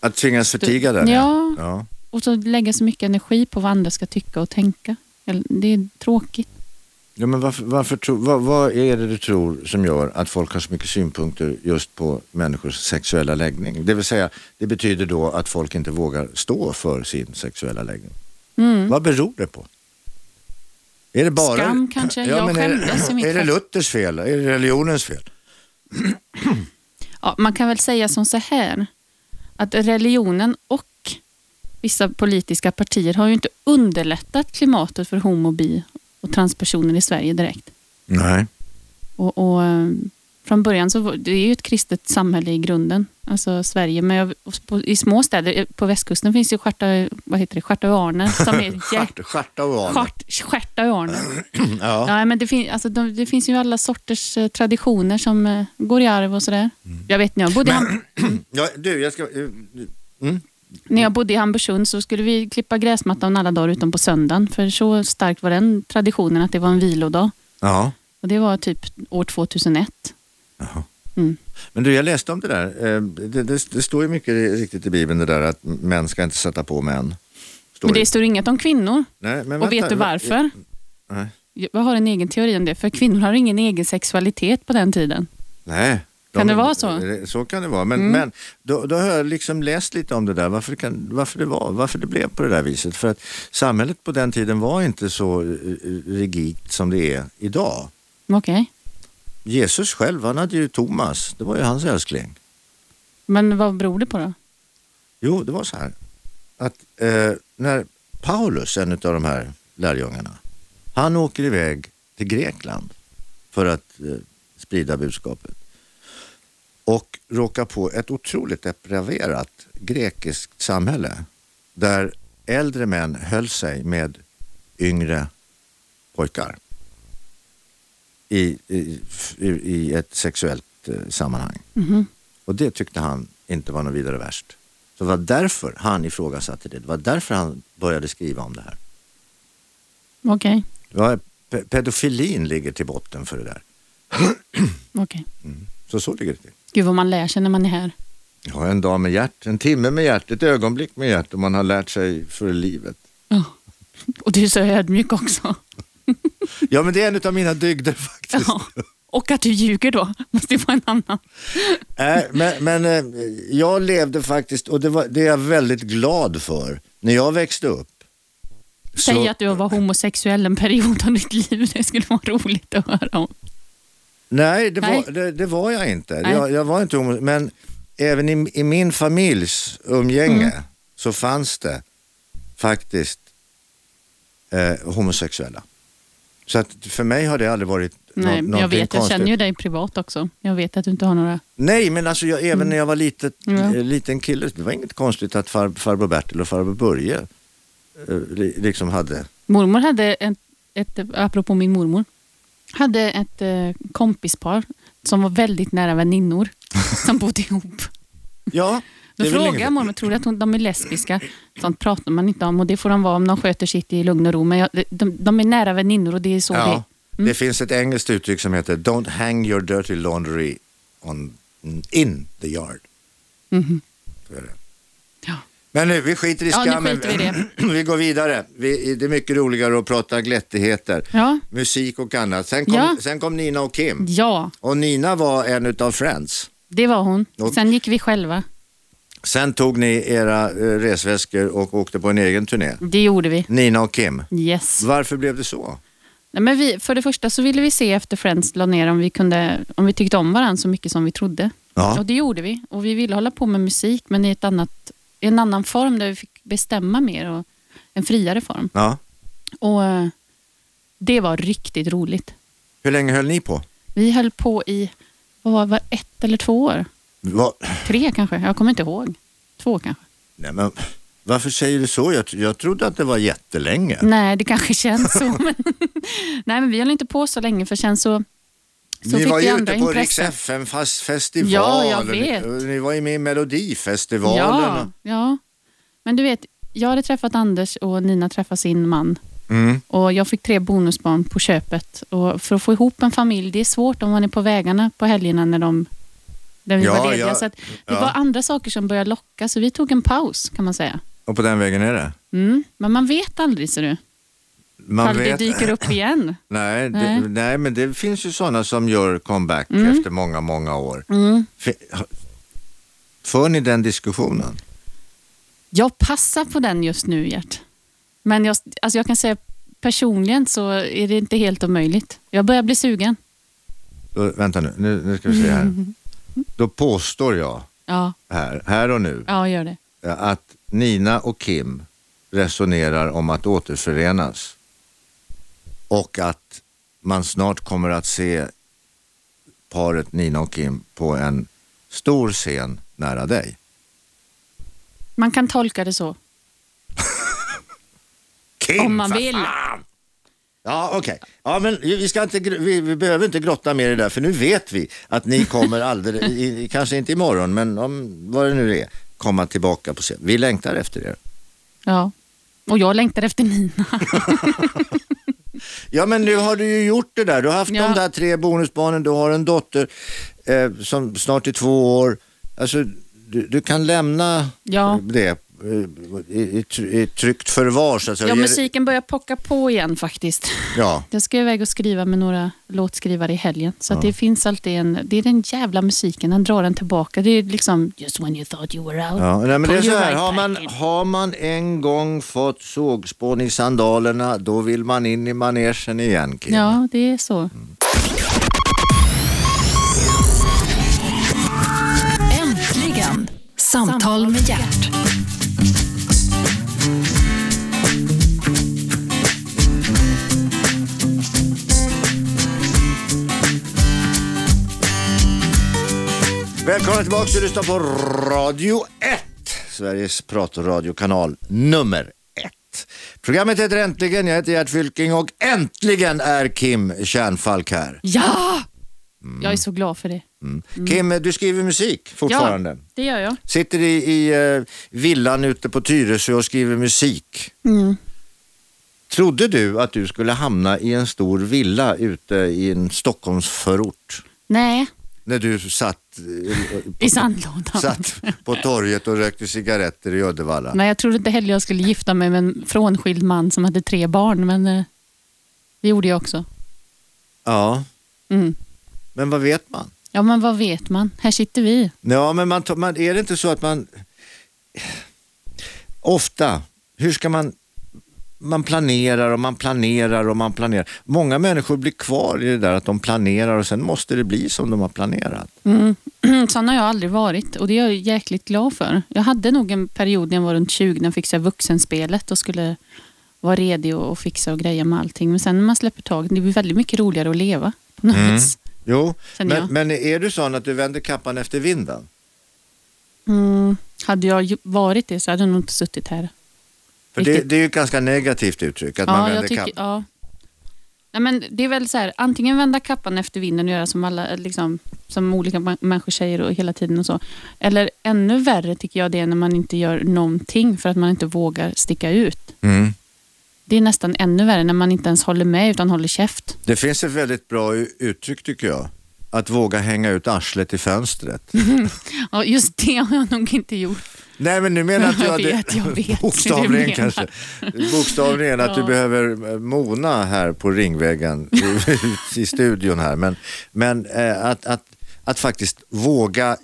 B: Att tvingas förtiga den?
C: Ja.
B: ja.
C: och så lägga så mycket energi på vad andra ska tycka och tänka. Eller- Det är tråkigt.
B: Ja, men varför, varför tro, vad, vad är det du tror som gör att folk har så mycket synpunkter just på människors sexuella läggning? Det vill säga, det betyder då att folk inte vågar stå för sin sexuella läggning.
C: Mm.
B: Vad beror det på? Är det bara...
C: Skam kanske? Jag
B: är,
C: skämdes i mitt
B: det, är det
C: fall.
B: Luthers fel? Är det religionens fel?
C: Ja, man kan väl säga som så här, att religionen och vissa politiska partier har ju inte underlättat klimatet för homo, bi och transpersoner i Sverige direkt.
B: Nej.
C: Och, och, eh, från början så var, det är ju ett kristet samhälle i grunden, alltså Sverige. Men jag, och på, i små städer, eh, på västkusten finns ju Stjärta, vad heter det, Stjärtaöarne som är jä-
B: Stjärt, [LAUGHS] stjärta och anor.
C: Stjärt- Stjärtaöarne.
B: [CLEARS THROAT] ja.
C: Ja, men det, fin, alltså, de, det finns ju alla sorters eh, traditioner som eh, går i arv och sådär.
B: Mm.
C: Jag vet när jag bodde i Ham-
B: ja. Du, jag ska... Mm.
C: När jag bodde i Hamburgsund så skulle vi klippa gräsmattan alla dagar utom på söndagen. För så stark var den traditionen att det var en vilodag.
B: Ja.
C: Och det var typ år 2001. Mm.
B: Men du, jag läste om det där. Eh, Det, det, det står ju mycket riktigt i Bibeln det där att män ska inte sätta på män. Står
C: Men
B: ju.
C: det står inget om kvinnor.
B: Nej, men
C: Och vet du varför?
B: Nej.
C: Jag har en egen teori om det. För kvinnor har ingen egen sexualitet på den tiden.
B: Nej.
C: Kan
B: De- Eh,
C: det vara så? Mm.
B: Så kan det vara. Men, men då, då har jag liksom läst lite om det där, varför, kan, varför, det var, varför det blev på det där viset. För att samhället på den tiden var inte så eh, rigidt som det är idag.
C: Okej.
B: Jesus själv, han hade ju Thomas, det var ju hans älskling.
C: Men vad beror det på då?
B: Jo, det var så här. Att eh, när Paulus, en av de här lärjungarna, han åker iväg till Grekland för att eh, sprida budskapet. Och råkar på ett otroligt depraverat grekiskt samhälle där äldre män höll sig med yngre pojkar i, i, i, i ett sexuellt eh, sammanhang. Och det tyckte han inte var något vidare värst. Så det var därför han ifrågasatte det. Det var därför han började skriva om det här.
C: Okej.
B: Det var, pe- pedofilin ligger till botten för det där.
C: Okej.
B: Så så ligger det till.
C: Gud vad man lär sig när man är här.
B: Ja, en dag med hjärt, en timme med hjärt, ett ögonblick med hjärt och man har lärt sig för livet.
C: Ja. Och du är så
B: [LAUGHS]
C: ödmjuk också.
B: Ja, men det är en av mina dygder faktiskt. [LAUGHS]
C: Ja. Och att du ljuger då. Måste ju vara en annan.
B: Nej, Äh, men, men eh, jag levde faktiskt, och det, var, det är jag väldigt glad för, när jag växte upp.
C: Säg
B: så-
C: att du var homosexuell en period av ditt liv. Det skulle vara roligt att höra om.
B: Nej, det,
C: Nej.
B: Var, det, det var jag inte.
C: Nej.
B: Jag, jag var inte homo, men även i, i min familjs umgänge
C: Mm.
B: så fanns det faktiskt eh, homosexuella. Så att för mig har det aldrig varit nå-
C: Nej, men jag
B: någonting
C: vet. Jag
B: konstigt.
C: känner ju dig privat också. Jag vet att du inte har några...
B: Nej, men alltså jag, även när jag var litet,
C: Mm. Ja.
B: eh, liten kille, det var inget konstigt att far, farbror Bertil och farbror Börje eh, li, liksom hade
C: Mormor hade ett, ett apropå min mormor, hade ett eh, kompispar som var väldigt nära väninnor som bodde ihop.
B: Ja,
C: Då
B: det är väl
C: frågade
B: inget-
C: jag mormor, tror du att hon, de är lesbiska? Sånt pratar man inte om och det får de vara om de sköter sitt i lugn och ro. Men jag, de, de är nära väninnor och det är så det Mm. är.
B: Ja, Det finns ett engelskt uttryck som heter Don't hang your dirty laundry on, in the yard.
C: Mhm.
B: Så är det.
C: Ja.
B: Men nu, vi skiter i
C: Ja, nu
B: skammen.
C: skiter vi
B: [CLEARS THROAT]
C: i
B: Vi går vidare. Vi, det är mycket roligare att prata glättigheter,
C: Ja.
B: musik och annat. Sen kom,
C: Ja.
B: sen kom Nina och Kim.
C: ja,
B: Och Nina var en utav Friends.
C: det var hon.
B: Och-
C: Sen gick vi själva.
B: Sen tog ni era eh, resväskor och åkte på en egen turné.
C: Det gjorde vi.
B: Nina och Kim.
C: Yes.
B: Varför blev det så?
C: Nej, men vi, för det första så ville vi se efter Friends la ner om vi, kunde, om vi tyckte om varandra så mycket som vi trodde.
B: Ja.
C: Och det gjorde vi. Och vi ville hålla på med musik, men i, ett annat, i en annan form där vi fick bestämma mer. Och en friare form.
B: ja.
C: Och eh, det var riktigt roligt.
B: Hur länge höll ni på?
C: Vi höll på i vad var, var ett eller två år.
B: Vad-
C: Tre kanske, jag kommer inte ihåg. Två kanske.
B: Nej, men varför säger du så? Jag, jag trodde att det var jättelänge.
C: Nej, det kanske känns så. [LAUGHS] Men Nej, men vi höll inte på så länge för sen så, så
B: ni
C: fick
B: var
C: vi
B: ju
C: andra
B: ute på Rix
C: intressen.
B: FM fast festival.
C: Ja, jag
B: och
C: vet.
B: Ni, och ni var ju med i Melodifestivalen.
C: Ja,
B: och-
C: ja, men du vet, jag hade träffat Anders och Nina träffade sin man.
B: Mm.
C: Och Jag fick tre bonusbarn på köpet. Och för att få ihop en familj, det är svårt om man är på vägarna på helgerna när de när vi
B: Ja,
C: var lediga.
B: ja,
C: så att det
B: ja.
C: var andra saker som började locka, så vi tog en paus kan man säga.
B: Och på den vägen är det.
C: Mm. Men man vet aldrig, ser du.
B: Man
C: Ifall det dyker
B: [LAUGHS]
C: upp igen.
B: Nej,
C: Nej.
B: Det, nej, men det finns ju sådana som gör comeback efter många, många år.
C: Mm.
B: Fi- ha- För ni den diskussionen?
C: Jag passar på den just nu, Gert. Men jag, alltså jag kan säga personligen så är det inte helt omöjligt. Jag börjar bli sugen.
B: Då, vänta nu, nu, nu ska vi se
C: [LAUGHS]
B: här. Då påstår jag
C: Ja,
B: här, här och nu
C: ja gör det.
B: att Nina och Kim resonerar om att återförenas och att man snart kommer att se paret Nina och Kim på en stor scen nära dig.
C: Man kan tolka det så.
B: Kim,
C: Om man
B: för
C: vill.
B: fan! Ja, okej. Ja, men vi, ska inte, gr- vi, vi behöver inte grotta mer i det där, för nu vet vi att ni
C: [LAUGHS]
B: kommer alldeles, i, i- kanske inte imorgon, men om vad det nu är, komma tillbaka på scen. Vi längtar efter er.
C: Ja. Och jag längtar efter Nina.
B: Ja men nu har du ju gjort det där. Du har haft
C: Ja.
B: de där tre bonusbarnen, du har en dotter eh, som snart är två år. Alltså du, du kan lämna
C: Ja.
B: det eh, i, i, tr- i tryckt förvar så att säga.
C: Ja,
B: Ger-
C: musiken börjar pocka på igen faktiskt.
B: Ja,
C: Jag ska iväg och skriva med några låtskrivare i helgen. Så att det finns alltid en... Det är den jävla musiken, den drar den tillbaka. Det är liksom just when you thought you were out.
B: Ja, nej, men det är
C: Pull
B: så
C: you
B: här,
C: right
B: har,
C: back
B: man,
C: in.
B: har man en gång fått sågspån i sandalerna, då vill man in i manegen igen. Kim.
C: Ja, det Mm. är så.
A: Äntligen! Samtal med hjärt.
B: Välkomna tillbaka, du lyssnar på Radio 1, Sveriges pratradiokanal nummer 1. Programmet heter Äntligen, jag heter Gert Fylking och äntligen är Kim Kärnfalk här. Mm.
C: Ja! Jag är så glad för det.
B: Kim, du skriver musik fortfarande.
C: Mm. Ja, det gör jag.
B: Sitter i, i eh, villan ute på Tyresö och skriver musik.
C: Mm.
B: Trodde du att du skulle hamna i en stor villa ute i en Stockholmsförort?
C: Nej,
B: När du satt, eh,
C: i sandlådan.
B: satt på torget och rökte cigaretter i Uddevalla.
C: Nej, jag trodde inte heller jag skulle gifta mig med en frånskild man som hade tre barn, men eh, det gjorde jag också.
B: Ja,
C: Mm.
B: men vad vet man?
C: Ja, men vad vet man? Här sitter vi.
B: Ja, men man, tar- man, är det inte så att man... Ofta, hur ska man... Man planerar och man planerar och man planerar. Många människor blir kvar i det där att de planerar och sen måste det bli som de har planerat.
C: [CLEARS THROAT] Sån har jag aldrig varit och det är jag jäkligt glad för. Jag hade nog en period när jag var runt 20 när jag fick så här vuxenspelet och skulle vara redig och, och fixa och greja med allting. Men sen när man släpper taget, det blir väldigt mycket roligare att leva på något
B: Mm.
C: vis.
B: Jo,
C: Känner
B: men,
C: jag.
B: men är du sån att du vänder kappan efter vinden?
C: Mm. Hade jag ju- varit det så hade jag nog inte suttit här.
B: För det,
C: Riktigt.
B: det är ju ett ganska negativt uttryck att man
C: Ja,
B: vänder
C: jag tycker,
B: kappan.
C: ja. Nej, men det är väl så här, antingen vända kappan efter vinden och göra som, alla, liksom, som olika ma- människor säger och hela tiden och så. Eller ännu värre tycker jag det är när man inte gör någonting för att man inte vågar sticka ut.
B: Mm.
C: Det är nästan ännu värre när man inte ens håller med utan håller käft.
B: Det finns ett väldigt bra u- uttryck tycker jag. Att våga hänga ut arslet i fönstret.
C: [LAUGHS] Ja, just det har jag nog inte gjort.
B: Nej men nu menar jag att
C: Jag
B: du hade-
C: vet, jag
B: [LAUGHS]
C: vet hur du
B: bokstavligen
C: menar.
B: kanske. Bokstavligen att du
C: Ja.
B: behöver eh, mona här på ringväggen i- i studion här. Men, men eh, att, att, att faktiskt våga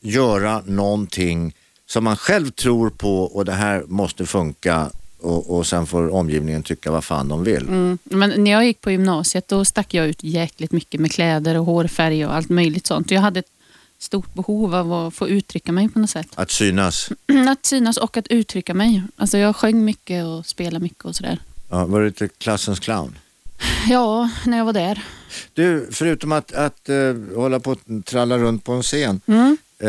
B: göra någonting som man själv tror på och det här måste funka och, och sen får omgivningen tycka vad fan de vill.
C: Mm. Men när jag gick på gymnasiet då stack jag ut jäkligt mycket med kläder och hårfärg och allt möjligt sånt. Jag hade ett stort behov av att få uttrycka mig på något sätt. [CLEARS THROAT]
B: Att synas.
C: Att synas och att uttrycka mig. Alltså jag sjöng mycket och spelade mycket och sådär.
B: Ja, var du inte klassens clown?
C: Ja, när jag var där.
B: Du, förutom att, att eh, hålla på och tralla runt på en scen,
C: Mm.
B: eh,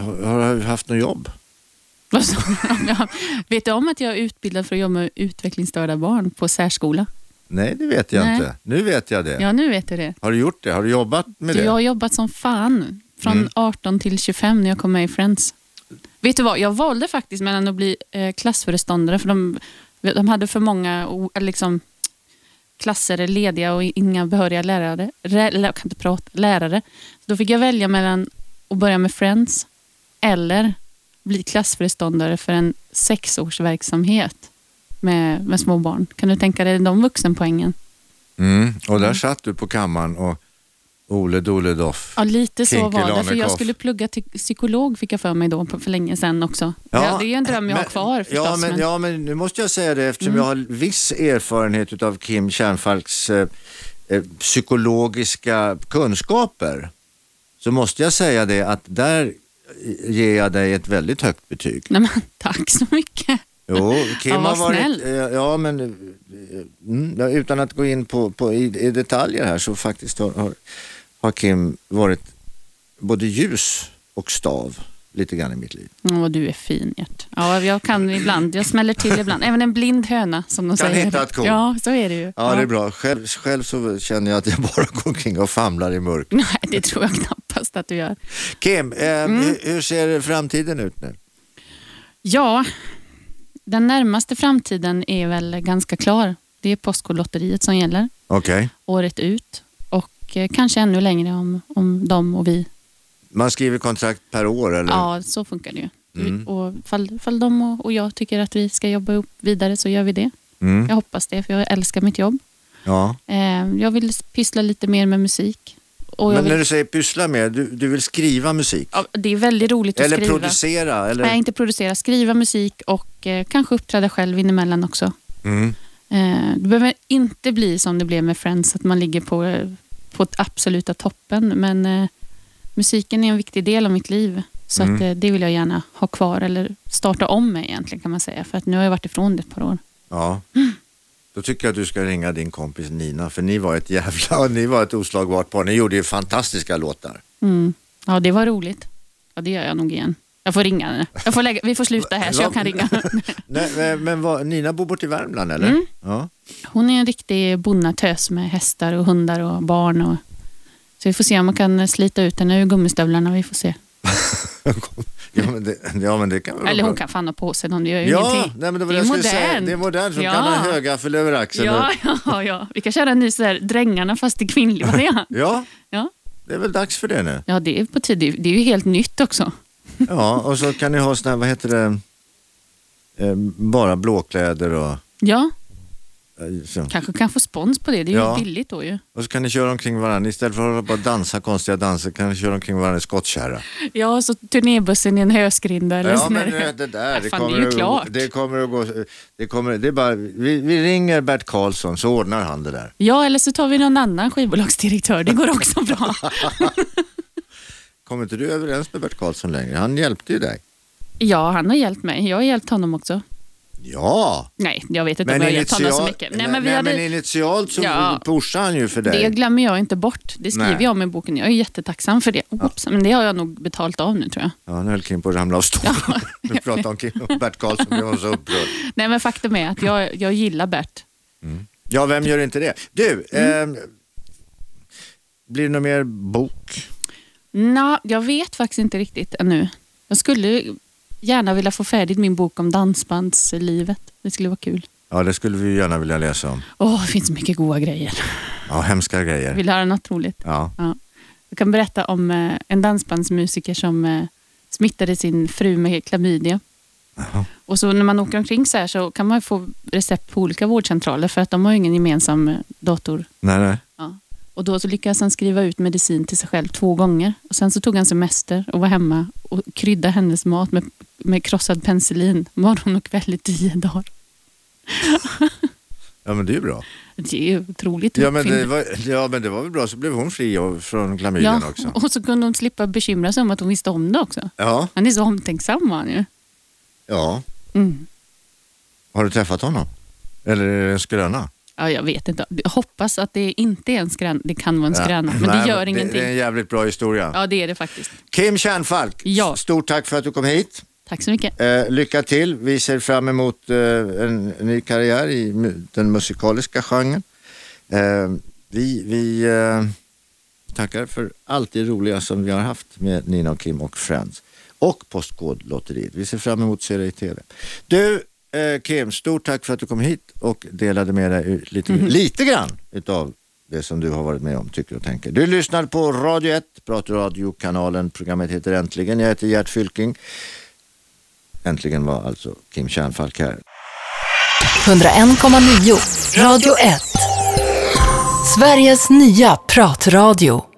B: har, har du haft något jobb?
C: [LAUGHS] Vad sa du? Ja, Vet du om att jag är utbildad för att jobba med utvecklingsstörda barn på särskola?
B: Nej, det vet jag
C: Nej.
B: inte. Nu vet jag det.
C: Ja, nu vet du det.
B: Har du gjort det? Har du jobbat med
C: Du,
B: det? Mm.
C: jag har jobbat som fan från 18 till 25 när jag kom med i Friends. Vet du vad, jag valde faktiskt mellan att bli eh, klassföreståndare för de, de hade för många o- eller liksom, klasser lediga och inga behöriga lärare. Rä, lä- jag kan inte prata, lärare. Då fick jag välja mellan att börja med Friends eller bli klassföreståndare för en sexårsverksamhet med, med små barn. Kan du tänka dig de vuxenpoängen?
B: Mm. Och där satt du på kammaren och Ole Dole Doff.
C: Ja, lite så
B: Kinky
C: var det. För jag
B: Lanekoff.
C: skulle plugga till psykolog fick jag för mig då på- för länge sedan också. Ja, det är ju en dröm jag har kvar förstås.
B: Ja men,
C: men- Mm.
B: ja, men nu måste jag säga det eftersom jag har viss erfarenhet av Kim Kärnfalks eh, eh, psykologiska kunskaper. Så måste jag säga det att där eh, ger jag dig ett väldigt högt betyg.
C: Nej, men, [LAUGHS] tack så mycket.
B: Jo, Kim
C: Ja, vad
B: har varit,
C: snäll.
B: eh, ja men eh, mm, ja, utan att gå in på, på i, i detaljer här så faktiskt har, har, har Kim varit både ljus och stav lite grann i mitt liv.
C: Åh, du är fin Gert. Ja, jag kan ibland. Jag smäller till ibland. Även en blind höna som de
B: Kan
C: säger.
B: hitta ett korn.
C: Ja, [LAUGHS] så är det ju.
B: Ja, det är bra. Själv, själv så känner jag [LAUGHS] att jag bara går omkring och famlar i mörker.
C: Nej, det tror jag knappast att du gör.
B: Kim, eh,
C: Mm.
B: hur, hur ser framtiden ut nu?
C: Ja, den närmaste framtiden är väl ganska klar. Det är Postkodlotteriet som gäller
B: Okej.
C: året ut och eh, kanske ännu längre om, om de och vi.
B: Man skriver kontrakt per år eller?
C: Ja, så funkar det ju.
B: Mm.
C: Och fall, fall de och, och jag tycker att vi ska jobba ihop vidare så gör vi det.
B: Mm.
C: Jag hoppas det, för jag älskar mitt jobb.
B: Ja.
C: Eh, jag vill pyssla lite mer med musik. Och jag
B: Men när
C: vill,
B: du säger pyssla med, du, du vill skriva musik?
C: ja, det är väldigt roligt att
B: eller
C: skriva.
B: producera? Eller?
C: Nej, inte producera. Skriva musik och eh, kanske uppträda själv inemellan också.
B: Mm.
C: Eh, det behöver inte bli som det blev med Friends, att man ligger på, eh, på ett absoluta toppen. Men eh, musiken är en viktig del av mitt liv. Så att, eh, det vill jag gärna ha kvar, eller starta om med egentligen kan man säga. För att nu har jag varit ifrån det ett par år.
B: Ja. Då tycker jag att du ska ringa din kompis Nina, för ni var ett jävla, [LAUGHS] ni var ett oslagbart par. Ni gjorde ju fantastiska låtar.
C: Mm. Ja, det var roligt. Ja, det gör jag nog igen. Jag får ringa henne. Jag får lägga, vi får sluta här så jag
B: [LAUGHS]
C: kan ringa. Mm.
B: Nej, men- men vad, Nina bor borta i Värmland eller? Ja. [LAUGHS]
C: Hon är en riktig bonnatös med hästar och hundar och barn. Och, så vi får se om man kan slita ut henne ur gummistövlarna. Vi får se.
B: ja, men det, ja men det kan väl vara
C: Eller hon
B: bra.
C: kan fan ha på sig någon, det gör ju
B: Ja,
C: ingenting.
B: nej, men det, var
C: är
B: det, jag skulle säga.
C: modernt.
B: det är modernt. Hon
C: ja.
B: kan ha högaffel över axeln.
C: Ja,
B: och-
C: [LAUGHS] ja, ja. Vi kan köra en ny så här, Drängarna fast i kvinnlig variant.
B: [LAUGHS] ja,
C: Ja.
B: det är väl dags för det nu.
C: ja, det är på tid. Det är- Det är ju helt nytt också.
B: Ja, och så kan ni ha såna här, vad heter det, eh, bara blåkläder och
C: Ja,
B: eh, så.
C: kanske kan få spons på det. Det är ju
B: Ja.
C: billigt då ju.
B: Och så kan ni köra omkring varandra, istället för att hålla på och dansa konstiga danser kan ni köra omkring varandra i skottkärra.
C: Ja, så turnébussen i en höskrinda eller
B: Ja
C: sån
B: men eh,
C: där.
B: det, det där, det
C: Ja, fan, det är ju
B: kommer,
C: klart.
B: att, det kommer att gå, det kommer, det är bara, vi, vi ringer Bert Karlsson så ordnar han det där.
C: Ja, eller så tar vi någon annan skivbolagsdirektör. Det går också
B: [LAUGHS]
C: bra.
B: Kommer inte du överens med Bert Karlsson längre? Han hjälpte ju dig.
C: Ja, han har hjälpt mig. Jag har hjälpt honom också.
B: Ja,
C: Nej, jag vet inte
B: men,
C: om jag har hjälpt honom så
B: initial,
C: mycket. Nej, men vi
B: nej,
C: hade...
B: men initialt så
C: Ja.
B: pushade han ju för dig.
C: Det glömmer jag inte bort. Det skriver
B: Nej.
C: jag om i boken. Jag är jättetacksam för det. Oops, Men det har jag nog betalt av nu tror jag.
B: Ja, nu höll Kim på att ramla av stolen. [LAUGHS] Vi pratade om Kim och Bert Karlsson, jag var så upprörd.
C: Nej, men faktum är att jag, jag gillar Bert.
B: Ja, vem gör inte det? Du, ehm, blir det någon mer bok?
C: Nå, jag vet faktiskt inte riktigt ännu. Jag skulle gärna vilja få färdigt min bok om dansbandslivet. Det skulle vara kul.
B: Ja, det skulle vi ju gärna vilja läsa om.
C: Åh, det finns mycket goda grejer.
B: Ja, hemska grejer.
C: Vill du höra något roligt?
B: Ja.
C: Ja. Jag kan berätta om eh, en dansbandsmusiker som eh, smittade sin fru med klamydia. Och så när man åker omkring så här så kan man ju få recept på olika vårdcentraler för att de har ju ingen gemensam eh, dator.
B: Nej, nej.
C: Ja. Och då så lyckades han skriva ut medicin till sig själv två gånger. Och sen så tog han semester och var hemma och krydda hennes mat med, med krossad penicillin [LAUGHS] morgon och kväll i tio dagar.
B: Ja, men det är ju bra.
C: Det är ju otroligt
B: Ja men, det
C: uppfinnande.
B: var, ja, men det var väl bra. Så blev hon fri av- från klamydian
C: ja,
B: också.
C: Och så kunde hon slippa bekymra sig om att hon visste om det också.
B: Ja,
C: Han är så omtänksam han ju.
B: ja.
C: Mm.
B: Har du träffat honom? Eller är det en skröna?
C: Ja, jag vet inte. Jag hoppas att det inte är en skrön. Det kan vara en skröna, men
B: Nej,
C: det gör
B: Det,
C: ingenting.
B: det är en jävligt bra historia.
C: Ja, det är det faktiskt.
B: Kim Kärnfalk,
C: Ja.
B: stort tack för att du kom hit.
C: Tack så mycket.
B: Eh, lycka till. Vi ser fram emot eh, en ny karriär i mu- den musikaliska genren. Eh, vi vi eh, tackar för allt det roliga som vi har haft med Nina och Kim och Friends och Postkodlotteriet. Vi ser fram emot att se dig i TV. Du, eh, Kim, stort tack för att du kom hit och delade med dig ur- lite, lite grann utav det som du har varit med om, tycker och tänker. Du lyssnar på Radio 1, pratradiokanalen. Programmet heter Äntligen. Jag heter Gert Fylking. Äntligen var alltså Kim Kärnfalk här.
A: 101,9 Radio 1. Sveriges nya pratradio.